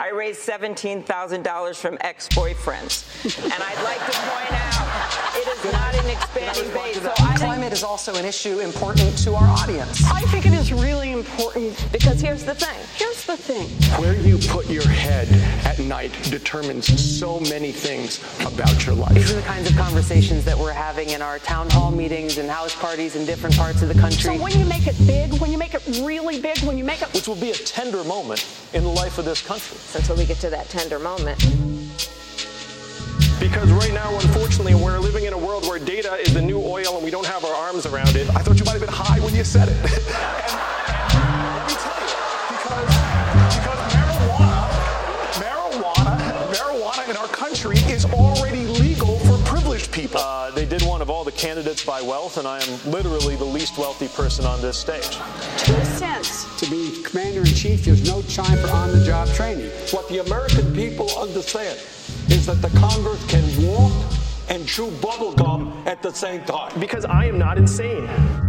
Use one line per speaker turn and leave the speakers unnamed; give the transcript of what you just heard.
I raised $17,000 from ex boyfriends. and I'd like to point out it is not an expanding base. So I don't-
Climate is also an issue important to our audience.
I think it is really important
Because here's the thing.
Here's the thing.
Where you put your head at night determines so many things about your
These are
life.
the kinds of conversations that we're having in our town hall meetings and house parties in different parts of the
So
country.
when you make it big, when you make it really big, when you make it
which will be a tender moment in the life of this country.
Until we get to that tender moment.
Because right now, unfortunately, we're living in a world where data is the new oil and we don't have our arms around it. I thought you might have been high when you said it. And- and let me tell you, because- because marijuana- marijuana- marijuana in our country is already legal for privileged people.
Uh, they did one of all the candidates by wealth, and I am literally the least wealthy person on this stage.
two cents,
To be commander in chief, there's no time for on the job training.
What the American people understand is that the Congress can walk and chew bubblegum at the same time.
because I am not insane.